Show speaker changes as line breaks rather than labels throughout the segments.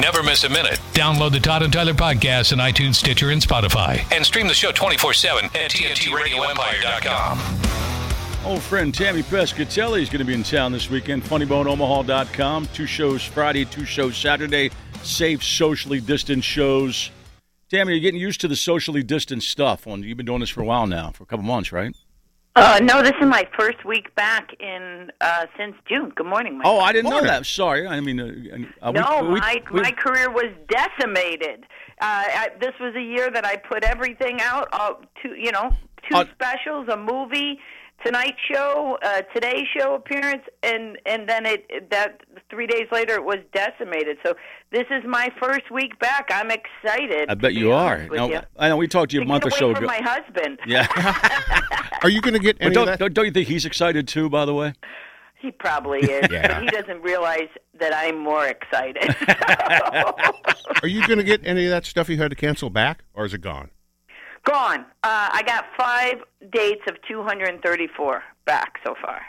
Never miss a minute.
Download the Todd and Tyler podcast on iTunes, Stitcher, and Spotify.
And stream the show 24 7 at TNTRadioEmpire.com.
Old friend Tammy Pescatelli is going to be in town this weekend. FunnyBoneOmaha.com. Two shows Friday, two shows Saturday. Safe, socially distant shows. Tammy, you're getting used to the socially distant stuff. On you've been doing this for a while now, for a couple months, right?
Uh, no, this is my first week back in uh, since June. Good morning, Mike.
Oh, I didn't know that. Sorry, I mean, uh, uh, we-
no,
we-
my
we-
my career was decimated. Uh, I, this was a year that I put everything out. Uh, two, you know, two
Uh,
specials, a movie, Tonight Show, uh, Today Show appearance, and and then it that three days later it was decimated. So this is my first week back. I'm excited.
I
to
bet
be
you are.
honest With
Now,
you.
I know we talked to you
To
a month or
get away
so
from
ago.
my husband.
yeah,
Are you going to get
but
any of
don't,
that?
don't don't you think he's excited too? By the way,
He probably is.
Yeah.
But he doesn't realize that I'm more excited.
Are you going to get any of that stuff you had to cancel back, or is it gone?
Gone. Uh, I got five dates of 234 back so far.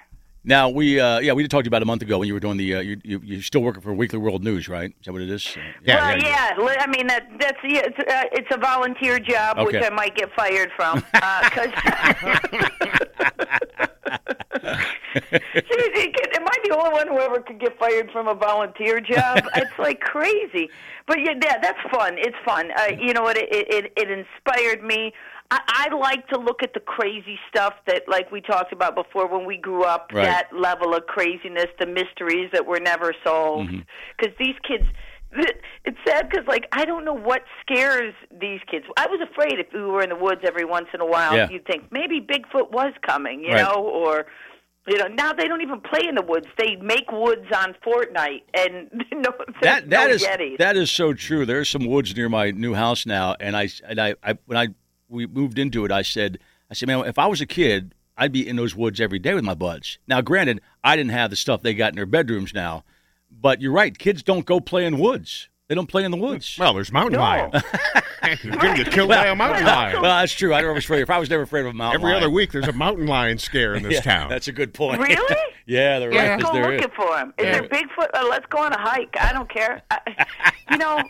now we uh, yeah we talked to you about a month ago when you were doing the uh, you, you you're still working for Weekly World News, right? Is that what it is?
well, yeah. li- I mean, that, that's yeah, it's, uh, it's a volunteer job, which
Okay.
I might get fired from. uh, Because am I the only one who ever could get fired from a volunteer job? it's like crazy. But yeah, that, that's fun. It's fun. Uh, you know what? It, it it inspired me. I, I like to look at the crazy stuff that, like we talked about before, when we grew up.
Right.
That level of craziness, the mysteries that were never solved.
Mm-hmm.
Because these kids, it's sad because, like, I don't know what scares these kids. I was afraid if we were in the woods every once in a while,
Yeah.
you'd think maybe Bigfoot was coming, you
Right.
know, or. You know, now they don't even play in the woods. They make woods on Fortnite, and no,
that that
no
is
Yetis.
that is so true. There's some woods near my new house now, and I and I, I when I we moved into it, I said I said, man, if I was a kid, I'd be in those woods every day with my buds. Now, granted, I didn't have the stuff they got in their bedrooms now, but you're right. Kids don't go play in woods. They don't play in the woods.
Well, there's mountain
No.
lion. You're going to get killed by a mountain lion.
Well, that's true. I never was afraid. If I was never afraid of a mountain
Every
lion.
other week, there's a mountain lion scare in this
Yeah,
town.
That's a good point.
Really?
yeah, they're right.
Let's
'cause
go
there is.
looking for him. Is there Bigfoot? Uh, let's go on a hike. I don't care. I, you know,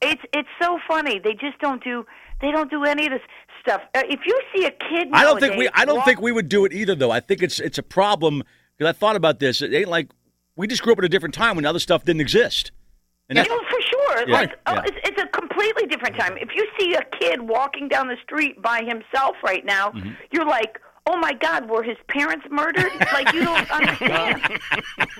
it's it's so funny. They just don't do they don't do any of this stuff. Uh, if you see a kid,
I don't think we.
nowadays
I don't
walk-
think we would do it either, though. I think it's it's a problem because I thought about this. It ain't like we just grew up at a different time when other stuff didn't exist. And
You
that's,
know, for sure.
Yeah.
Like, oh,
Yeah.
it's, it's a completely different time. If you see a kid walking down the street by himself right now,
Mm-hmm.
you're like, "Oh my God, were his parents murdered?" like you don't understand.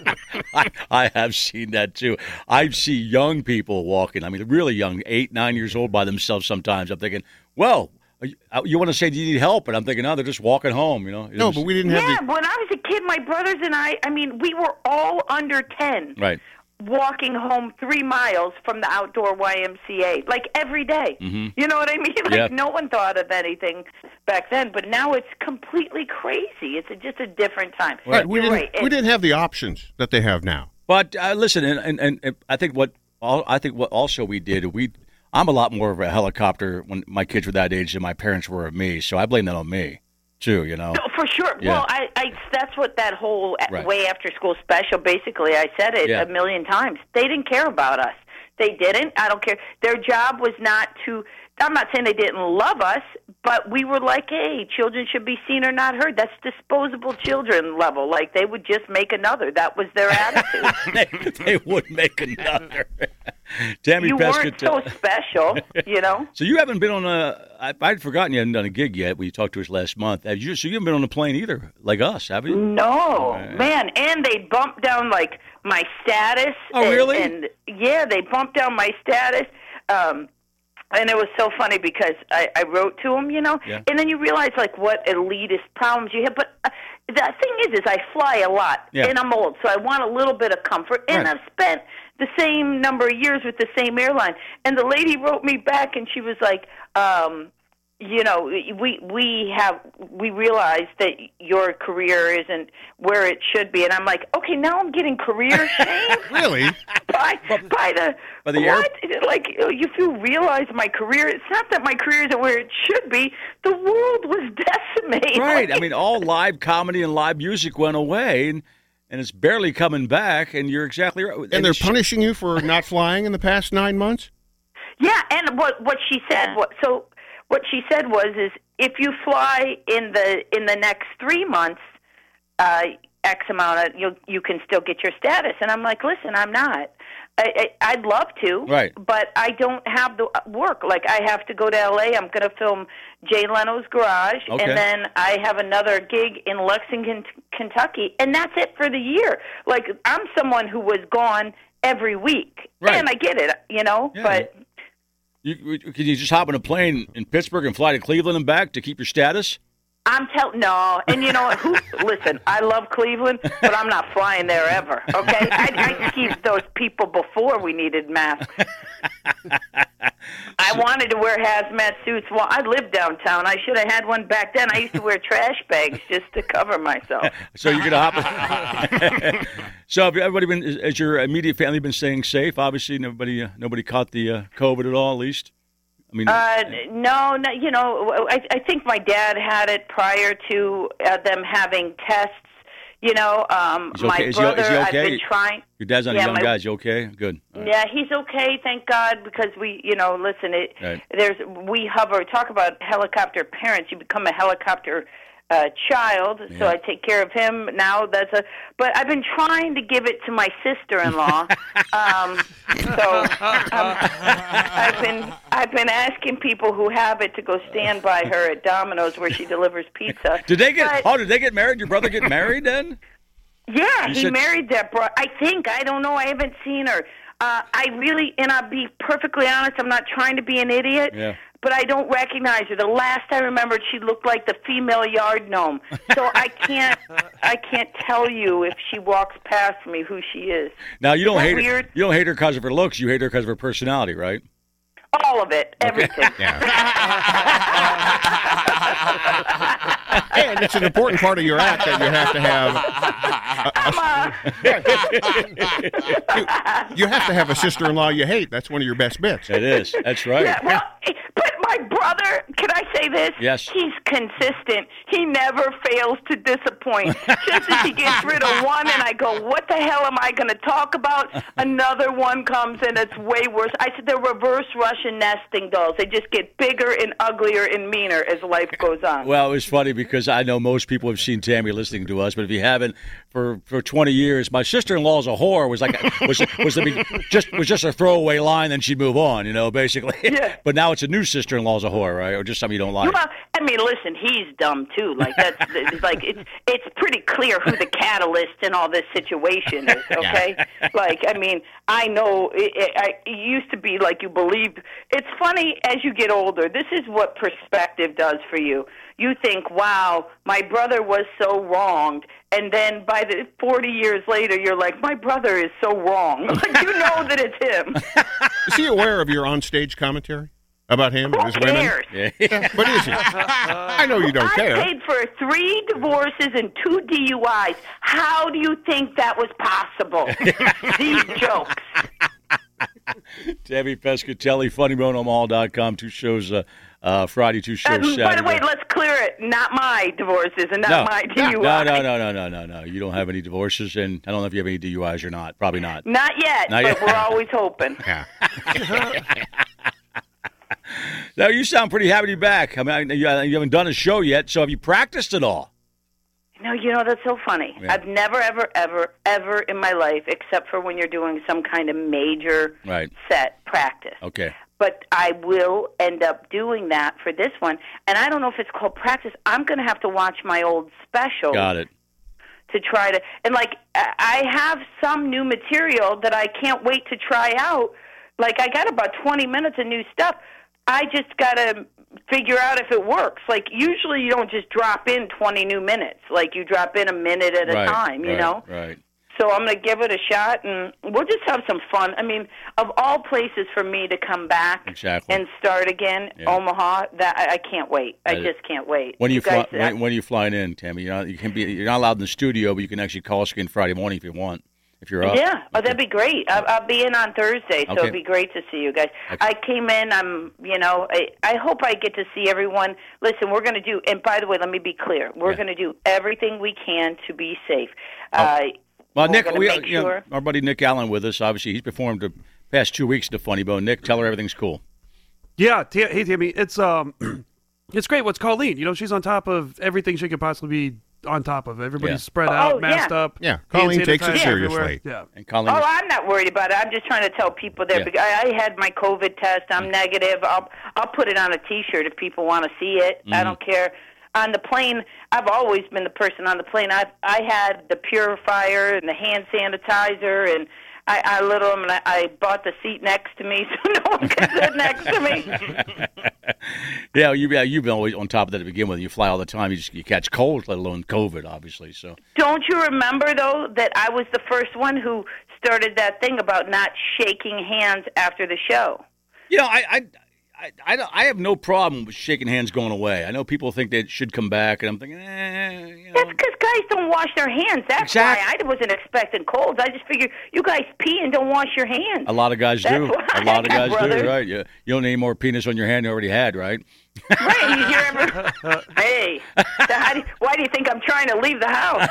I, I have seen that too. I see young people walking. I mean, really young, eight, nine years old by themselves. Sometimes I'm thinking, well, you, uh, you want to say do you need help, and I'm thinking, no, they're just walking home. You know? It
no,
was-
but we didn't have
yeah,
the.
when I was a kid, my brothers and I. I mean, we were all under ten.
right.
walking home three miles from the outdoor YMCA, like every day. You know what I mean? Like
Yeah.
no one thought of anything back then, but now it's completely crazy. It's a, just a different time.
Right, we
You're
didn't.
right.
We
It-
didn't have the options that they have now.
But uh, listen, and, and, and, and I think what all, I think what also we did we I'm a lot more of a helicopter when my kids were that age than my parents were of me, so I blame that on me too. You know,
No, for sure.
Yeah.
Well, I, I that's what that whole uh,
Right.
way after school special basically. I said it
Yeah.
a million times. They didn't care about us. They didn't. I don't care. Their job was not to. I'm not saying they didn't love us, but we were like, hey, children should be seen or not heard. That's disposable children level. Like they would just make another. That was their attitude.
they, they would make another. Tammy
you weren't
Pescatelli.
so special, you know.
So you haven't been on a. I, I'd forgotten you hadn't done a gig yet. We talked to us last month. Have you, so you haven't been on a plane either, like us, have you? Oh,
No, man, and they bumped down like my status.
Oh,
and,
really?
And yeah, they bumped down my status. Um, and it was so funny because I, I wrote to him, you know,
Yeah.
and then you realize like what elitist problems you have. But uh, the thing is, is I fly a lot,
Yeah.
and I'm old, so I want a little bit of comfort. And
Right.
I've spent the same number of years with the same airline. And the lady wrote me back, and she was like, um, you know we we have we realize that your career isn't where it should be and i'm like okay now i'm getting career shame
Really?
by by the
By the air-
what like if you realize my career it's not that my career isn't where it should be the world was decimated
Right. I
Like,
mean, all live comedy and live music went away, and and it's barely coming back. And you're exactly right.
And they're
it's-
punishing you for not flying in the past nine months?
Yeah, and what what she said what so what she said was is if you fly in the in the next three months, uh, X amount of you you can still get your status. And I'm like, listen, I'm not. I, I, I'd love to,
Right.
But I don't have the uh, work. Like I have to go to L.A. I'm going to film Jay Leno's Garage,
Okay.
and then I have another gig in Lexington, Kentucky, and that's it for the year. Like I'm someone who was gone every week,
Right.
and I get it, you know.
Yeah.
But
You, can you just hop on a plane in Pittsburgh and fly to Cleveland and back to keep your status?
I'm tell no, and you know what? Who, listen, I love Cleveland, but I'm not flying there ever. Okay, I, I keep those people before we needed masks. I wanted to wear hazmat suits. Well, I lived downtown. I should have had one back then. I used to wear trash bags just to cover myself.
So you're gonna hop. so have everybody been? Is, has your immediate family been staying safe? Obviously, nobody uh, nobody caught the uh, COVID at all. At least, I mean,
Uh, no, no, you know, I, I think my dad had it prior to uh, them having tests. You know, um,
He's okay-
my
is he o- is
brother.
he
I've
okay?
been trying.
your dad's not a
yeah,
young
my-
guy. Is he okay? Good. All right.
Yeah, he's okay, thank God, because we, you know, listen, it,
Right.
there's we hover. Talk about helicopter parents. You become a helicopter uh, child, so I take care of him now. That's a. But I've been trying to give it to my sister-in-law. um, so um, I've been I've been asking people who have it to go stand by her at Domino's where she delivers pizza.
Did they get?
But-
oh, did they get married? Your brother get married then?
yeah,
You
he
said-
married that broad. I think I don't know. I haven't seen her. Uh, I really, and I'll be perfectly honest. I'm not trying to be an idiot,
Yeah.
but I don't recognize her. The last I remembered, she looked like the female yard gnome. So I can't, I can't tell you if she walks past me who she is.
Now you don't
Isn't
hate
that
her.
weird?
You don't hate her because of her looks. You hate her because of her personality, right?
All of it, everything.
And it's an important part of your act that you have to have.
I'm a,
You have to have a sister-in-law you hate. That's one of your best bits.
It is. That's right.
yeah, well, eh, but my brother, can I say this?
Yes.
He's consistent. He never fails to disappoint. Just as he gets rid of one, and I go, what the hell am I going to talk about? Another one comes, and it's way worse. I said, they're reverse Russian nesting dolls. They just get bigger and uglier and meaner as life goes on.
Well, it was funny because I know most people have seen Tammy listening to us, but if you haven't, for, for 20 years, my sister-in-law's a whore was like was was the, be- just was just a throwaway line, then she'd move on, you know, basically.
Yeah.
But now it's a new sister-in-law's a whore, right? Or just something you don't like.
Well, I mean, listen, he's dumb too. Like that's it's like it's it's pretty clear who the catalyst in all this situation is. Okay, like I mean, I know it, it, I, it used to be like you believed. It's funny as you get older. This is what perspective does for you. You think, wow, my brother was so wronged, and then by the forty years later, you're like, my brother is so wrong. Like you know that it's him.
Is he aware of your on-stage commentary about him and
Who
his women?
cares?
But is he? I know you don't
I
care.
paid for three divorces and two DUIs. How do you think that was possible? These jokes.
Tammy Pescatelli, funnyboneomaha.com, two shows uh, uh, Friday, two shows
And Um, by
Saturday.
the way, let's clear it. Not my divorces and not
no,
my
no,
DUIs.
no, no, no, no, no, no. You don't have any divorces, and I don't know if you have any DUIs or not. Probably not.
Not yet,
Not
but
yet.
we're always hoping.
Yeah.
Now you sound pretty happy to be back. I mean, I- you, you haven't done a show yet, so have you practiced at all?
No, you know, that's so funny.
Yeah.
I've never, ever, ever, ever in my life, except for when you're doing some kind of major
Right. Oh.
set practice.
Okay.
but I will end up doing that for this one. And I don't know if it's called practice. I'm going to have to watch my old special
Got it.
to try to. And like, I I have some new material that I can't wait to try out. Like, I got about 20 minutes of new stuff. I just got to figure out if it works. Like, usually you don't just drop in 20 new minutes. Like, you drop in a minute at a
right,
time, you
right,
know?
Right.
So I'm going to give it a shot, and we'll just have some fun. I mean, of all places for me to come back
Exactly.
and start again, Omaha. That I, I can't wait. I
That-
just can't wait.
When are you, fly,
guys, I-
when, when are you flying in, Tammy? You're not, you can be. You're not allowed in the studio, but you can actually call us again Friday morning if you want. If you're up.
yeah, oh, that'd be great. I'll, I'll be in on Thursday, so
Okay.
it'd be great to see you guys. I came in. I'm, you know, I, I hope I get to see everyone. Listen, we're going to
Oh.
do. And by the way, let me be clear. We're going to do everything we can to be safe. Uh,
Well, Nick,
gonna
we,
make
you know,
sure.
our buddy Nick Allen with us. Obviously, he's performed the past two weeks at the Funny Bone. Nick, tell her everything's cool.
Yeah, t- hey Tammy, it's um, it's great. What's Colleen? You know, she's on top of everything she could possibly be on top of. Everybody's
Yeah.
spread out,
Oh,
masked
yeah.
up.
Yeah,
hand
Colleen takes it
sanitizer
seriously.
everywhere. Yeah,
And Colleen,
Oh, I'm not worried about it. I'm just trying to tell people that
Yeah.
because I, I had my COVID test. I'm negative. I'll I'll put it on a T-shirt if people want to see it. I don't care. On the plane, I've always been the person on the plane. I I had the purifier and the hand sanitizer and. I, I lit 'em and I, I bought the seat next to me so no one could sit next to me.
yeah, you, yeah, you've been always on top of that to begin with. You fly all the time. You just you catch colds, let alone COVID, obviously. So
Don't you remember though that I was the first one who started that thing about not shaking hands after the show?
You know, I, I, I, I, don't- I have no problem with shaking hands going away. I know people think they should come back, and I'm thinking, eh, you know.
That's because guys don't wash their hands. That's why
Exact-
I wasn't expecting colds. I just figured you guys pee and don't wash your hands.
A lot of guys
That's
do.
why,
A lot of guys
brother.
do, right? You, you don't need any more penis on your hand you already had, right?
Right? You hear every- hey, so how do, why do you think I'm trying to leave the house?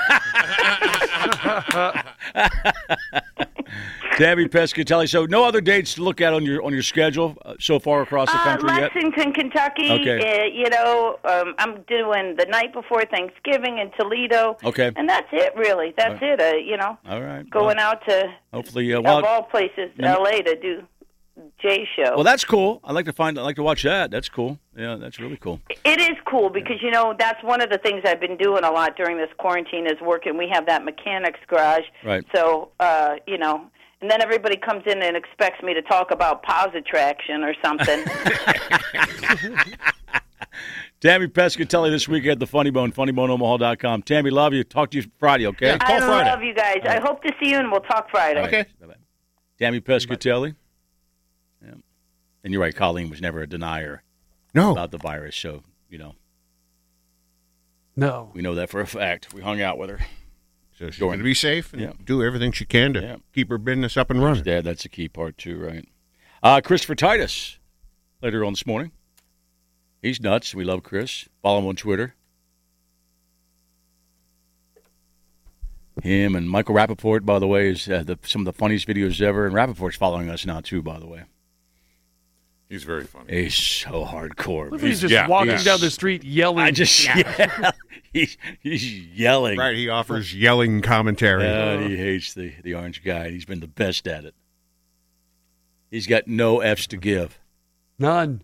Debbie Pescatelli. So, no other dates to look at on your on your schedule uh, so far across the
Uh,
country yet.
Lexington, Kentucky.
Okay.
Uh, you know, um, I'm doing the night before Thanksgiving in Toledo.
Okay.
And that's it, really. That's it. Uh, you know,
All right.
going out to
Well, hopefully, uh,
of
well,
all places, L.A. to do Jay show.
well, that's cool. I like to find. I like to watch that. That's cool. Yeah, that's really cool.
It is cool because you know that's one of the things I've been doing a lot during this quarantine is working. We have that mechanics garage,
Right.
So uh, you know, and then everybody comes in and expects me to talk about positraction or something.
Tammy Pescatelli this week at the Funny Bone, funnybone.omaha.com. Tammy, love you. Talk to you Friday, okay?
Yeah. Call
I
Friday.
love you guys. I hope to see you, and we'll talk Friday.
Okay.
Bye-bye. Tammy Pescatelli. Yeah. And you're right, Colleen was never a denier
No.
about the virus, so you know
no.
we know that for a fact. We hung out with her.
So she's
Sure.
going to be safe and
Yeah.
do everything she can to
Yeah.
keep her business up and running.
Yeah, that's a key part too, right? Uh, Christopher Titus later on this morning. He's nuts. We love Chris. Follow him on Twitter. Him and Michael Rappaport, by the way, is uh, the, some of the funniest videos ever. And Rappaport's following us now too, by the way.
He's very funny.
He's so hardcore.
What if
man.
he's just
yeah,
walking
he's-
down the street yelling?
I just yeah. he's he's yelling.
Right, he offers yelling commentary.
Uh, he hates the the orange guy. and He's been the best at it. He's got no f's to give.
none.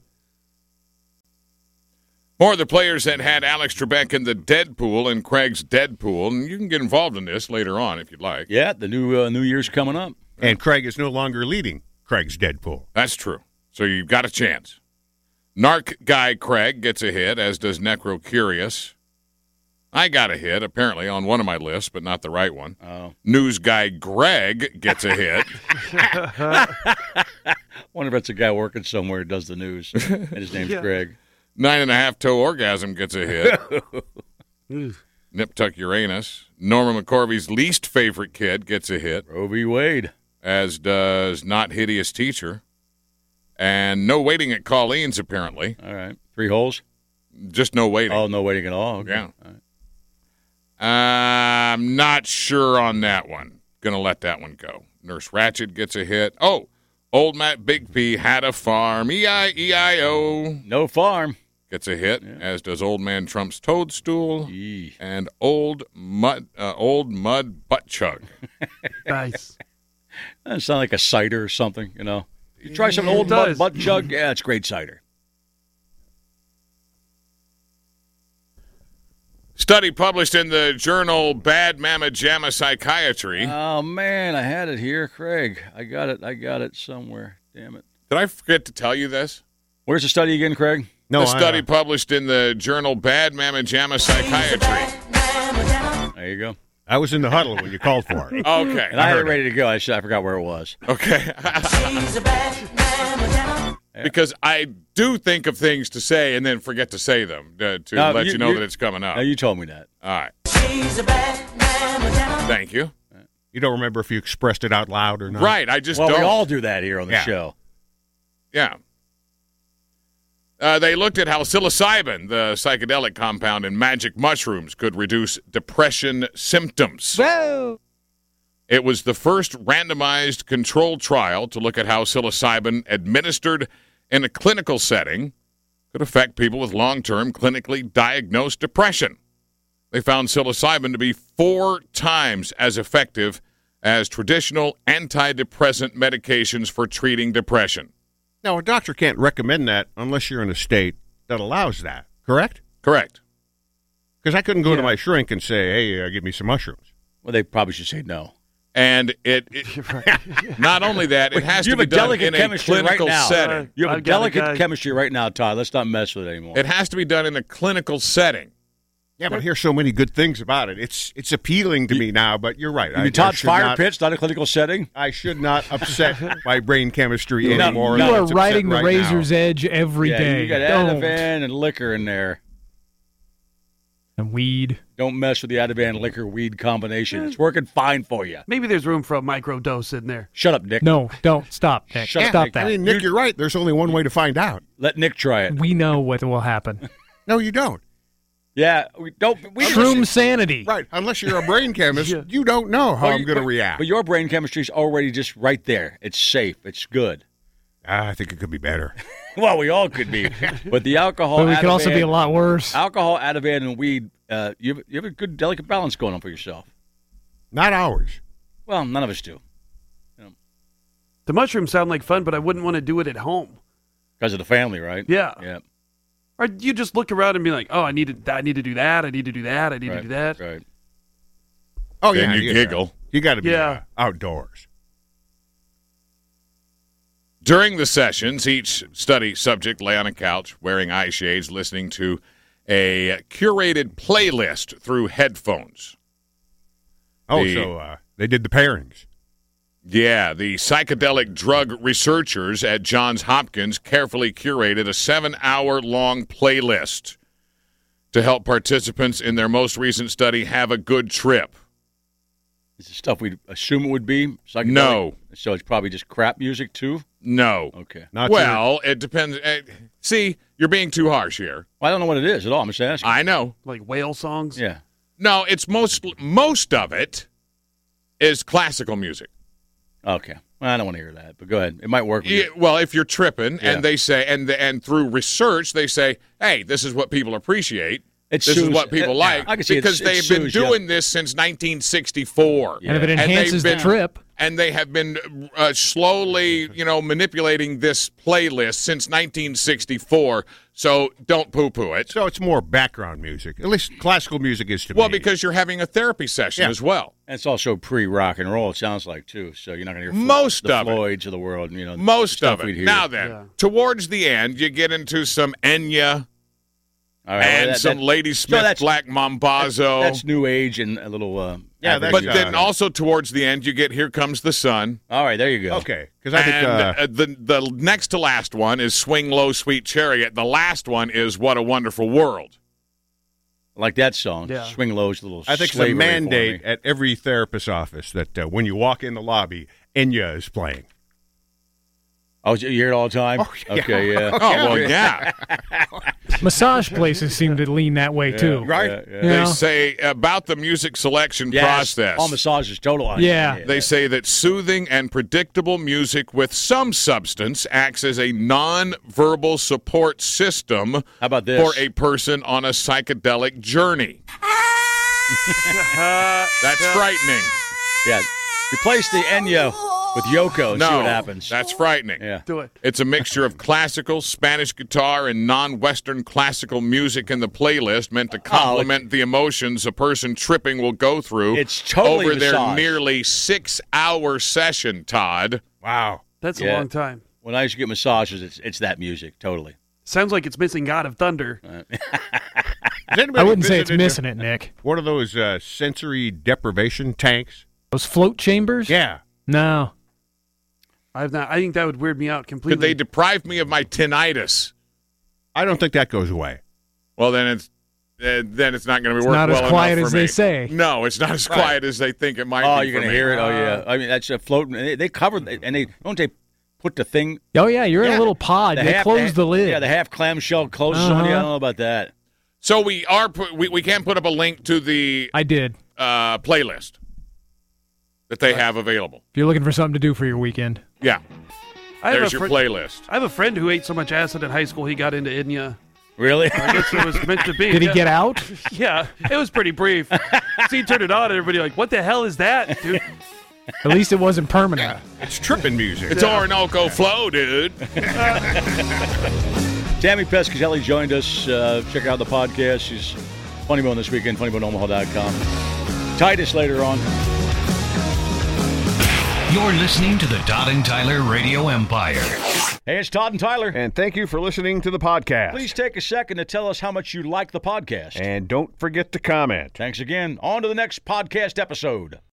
More of the players that had Alex Trebek in the Deadpool and Craig's Deadpool, and you can get involved in this later on if you'd like.
Yeah, the new uh, New Year's coming up.
and Craig is no longer leading Craig's Deadpool.
That's true. So you've got a chance. Narc guy Craig gets a hit, as does Necro Curious. I got a hit, apparently, on one of my lists, but not the right one.
Oh,
News guy Greg gets a hit.
wonder if that's a guy working somewhere who does the news, and his name's
Yeah.
Greg.
Nine and a half toe orgasm gets a hit.
Ugh.
Nip Tuck Uranus. Norman McCorvey's least favorite kid gets a hit.
Roe v. Wade.
as does Not Hideous Teacher. And no waiting at Colleen's, apparently.
All right, three holes.
Just no waiting.
Oh, no waiting at all. Okay.
Yeah.
All right.
I'm not sure on that one. Gonna let that one go. Nurse Ratchet gets a hit. Oh, old Matt Big P had a farm. E I E I O
No farm.
gets a hit, as does Old Man Trump's Toadstool
Yee.
and Old Mud uh, Old Mud Butt Chug.
Nice.
That sounds like a cider or something. You know, you try some
It
old butt,
does.
butt jug. Yeah, it's great cider.
Study published in the journal Bad Mama Jamma Psychiatry.
Oh man, I had it here, Craig. I got it. I got it somewhere. Damn it.
Did I forget to tell you this?
Where's the study again, Craig?
No,
the
I,
study
uh,
published in the journal Bad Mama Jamma Psychiatry.
There you go.
I was in the huddle when you called for it.
And
Okay.
I, had it ready to go. I, should, I forgot where it was.
Okay. because I do think of things to say and then forget to say them uh, to
No,
let
you-
you, know
you-
that it's coming up.
Now you told me that.
All right. Thank you.
You don't remember if you expressed it out loud or not.
Right. I just
well,
don't.
we all do that here on the
Yeah.
show.
yeah. Uh, they looked at how psilocybin, the psychedelic compound in magic mushrooms, could reduce depression symptoms.
Whoa.
It was the first randomized controlled trial to look at how psilocybin administered in a clinical setting could affect people with long term clinically diagnosed depression. They found psilocybin to be four times as effective as traditional antidepressant medications for treating depression.
Now, a doctor can't recommend that unless you're in a state that allows that, correct?
Correct.
Because I couldn't go to my shrink and say, hey, uh, give me some mushrooms.
Well, they probably should say no.
And it, it- not only that, it has
you
to
have
be
a
done
delicate
in a
chemistry right
clinical
now.
setting.
You have
I've
a
got a
delicate
guy-
chemistry right now, Todd. Let's not mess with it anymore.
It has to be done in a clinical setting.
Yeah, but I hear so many good things about it. It's it's appealing to me now, but you're right.
you
I,
mean, Todd's
I should
fire
not,
pit's not a clinical setting.
I should not upset my brain chemistry
No,
anymore.
no.
and
You are
it's upset
riding the
right now.
razor's edge every
yeah,
day.
you got
Don't.
Ativan and liquor in there.
And weed.
Don't mess with the Ativan liquor weed combination. It's working fine for you.
Maybe there's room for a micro dose in there.
Shut up, Nick.
No, don't stop. Nick.
Shut up,
stop
Nick.
I
that.
mean, Nick, you're right. There's only one way to find out.
Let Nick try it.
we know what will happen.
No, you don't.
Yeah, we don't. We
Shroom sanity.
Right. Unless you're a brain chemist,
Yeah.
you don't know how
Well,
I'm
you-
going to
but-
react.
But your brain chemistry's already just right there. It's safe. It's good.
Ah, I think it could be better.
Well, we all could be, but the alcohol.
But we could also be
Ativan-
a lot worse.
Alcohol, Ativan, and weed. Uh, you have, you have a good delicate balance going on for yourself.
Not ours.
Well, none of us do
The mushrooms sound like fun, but I wouldn't want to do it at home.
because of the family, right?
Yeah.
Yeah.
Or you just look around and be like, "Oh, I need to, I need to do that. I need to do that. I need
right,
to do that."
Right.
Oh,
Then
yeah.
you
yeah.
giggle.
You got to be
Yeah.
uh, outdoors.
During the sessions, each study subject lay on a couch, wearing eye shades, listening to a curated playlist through headphones.
Oh,
The-
so uh, they did the pairings.
Yeah, the psychedelic drug researchers at Johns Hopkins carefully curated a seven hour long playlist to help participants in their most recent study have a good trip.
Is it stuff we assume it would be? Psychedelic?
No.
So it's probably just crap music too.
No.
Okay.
Not your-
well, it depends. eh, See, you're being too harsh here.
Well, I don't know what it is at all. I'm just asking.
I know.
Like whale songs.
yeah.
No, it's most most of it is classical music.
Okay. Well, I don't want to hear that, but go ahead. It might work. With
Yeah,
you.
well, if you're tripping,
Yeah.
and they say, and and through research, they say, hey, this is what people appreciate.
It
this is
soothes-
what people
it-
like
I can see it-
because
it
they've been
soothes you.
doing this since 1964,
Yeah.
And if it
And they've
enhances the
been-
trip,
and they have been uh, slowly, you know, manipulating this playlist since 1964. So don't poo-poo it.
So it's more background music. At least classical music is to
Well,
me.
because you're having a therapy session
Yeah.
as well.
And it's also pre rock and roll. It sounds like too. So you're not going to hear Flo-
Most
the
of it.
Floyd's of the world. You know,
Most
stuff
of it.
we'd hear.
Now then,
Yeah.
towards the end, you get into some Enya
All right, well,
and
that-
some
that-
Lady
so
Smith
that's-
Black
that's,
Mombazo.
that's new age and a little. Uh,
Oh. Yeah,
average
that's-
but
guy.
then also towards the end, you get Here Comes the Sun.
all right, there you go.
okay, because I think
and
uh,
uh, the the next to last one is Swing Low, Sweet Chariot. The last one is What a Wonderful World.
like that song.
Yeah.
Swing low's a little.
I think it's
slavery
a
for
mandate
me.
at every therapist's office that uh, when you walk in the lobby, Enya is playing.
Oh, you hear it all the time.
Oh, yeah.
Okay, yeah.
Oh, well, yeah.
massage places seem to lean that way too.
Right.
Yeah, yeah.
You
They
know?
say about the music selection
Yes,
process.
All massages, total. on-
Yeah.
They say that soothing and predictable music with some substance acts as a non-verbal support system
How about this?
for a person on a psychedelic journey. That's frightening.
Yeah. Replace the Enya with Yoko and
No,
see what happens.
that's frightening.
yeah.
Do it.
It's a mixture of classical, Spanish guitar, and non-Western classical music in the playlist, meant
Oh,
to complement the emotions a person tripping will go through
It's totally
over their
massage.
nearly six-hour session. Todd,
Wow.
That's
Yeah.
a long time.
When I used to get massages, it's it's that music totally.
Sounds like it's missing God of Thunder.
Has anybody
I wouldn't say it's
visited
missing it, Nick.
One of those uh, sensory deprivation tanks.
Those float chambers?
Yeah.
No.
I've not. I think that would weird me out completely.
could they deprive me of my tinnitus?
I don't think that goes away.
Well, then it's uh, then it's not going to be
It's
working.
not as
well
quiet
enough
as
for
they
me.
say.
No, it's not as
Right.
quiet as they think it might.
Oh,
be
you're
going
gonna
to
hear it. Oh
Ah.
yeah. I mean, that's a floating. They, they covered and they don't they put the thing.
Oh yeah, you're in
Yeah.
a little pod.
the
they
half-
close the lid.
Yeah, the half clamshell closes on you. I
Uh-huh.
don't know about that.
So we are pu- we we can put up a link to the
I did.
uh, playlist. that they have available.
If you're looking for something to do for your weekend,
Yeah.
I have
There's
a
your
fri-
playlist.
I have a friend who ate so much acid in high school he got into India.
Really?
I guess it was meant to be.
did he
Yeah.
get out?
Yeah, it was pretty brief. so he turned it on, and everybody like, "What the hell is that, dude?"
At least it wasn't permanent.
It's tripping music.
It's Orinoco Flow, dude.
Tammy Pescatelli joined us. Uh, check out the podcast. She's Funnybone this weekend, funnyboneomaha.com. Titus later on.
You're listening to the Todd and Tyler Radio Empire.
Hey, it's Todd and Tyler.
And thank you for listening to the podcast.
Please take a second to tell us how much you like the podcast.
And don't forget to comment.
Thanks again. On to the next podcast episode.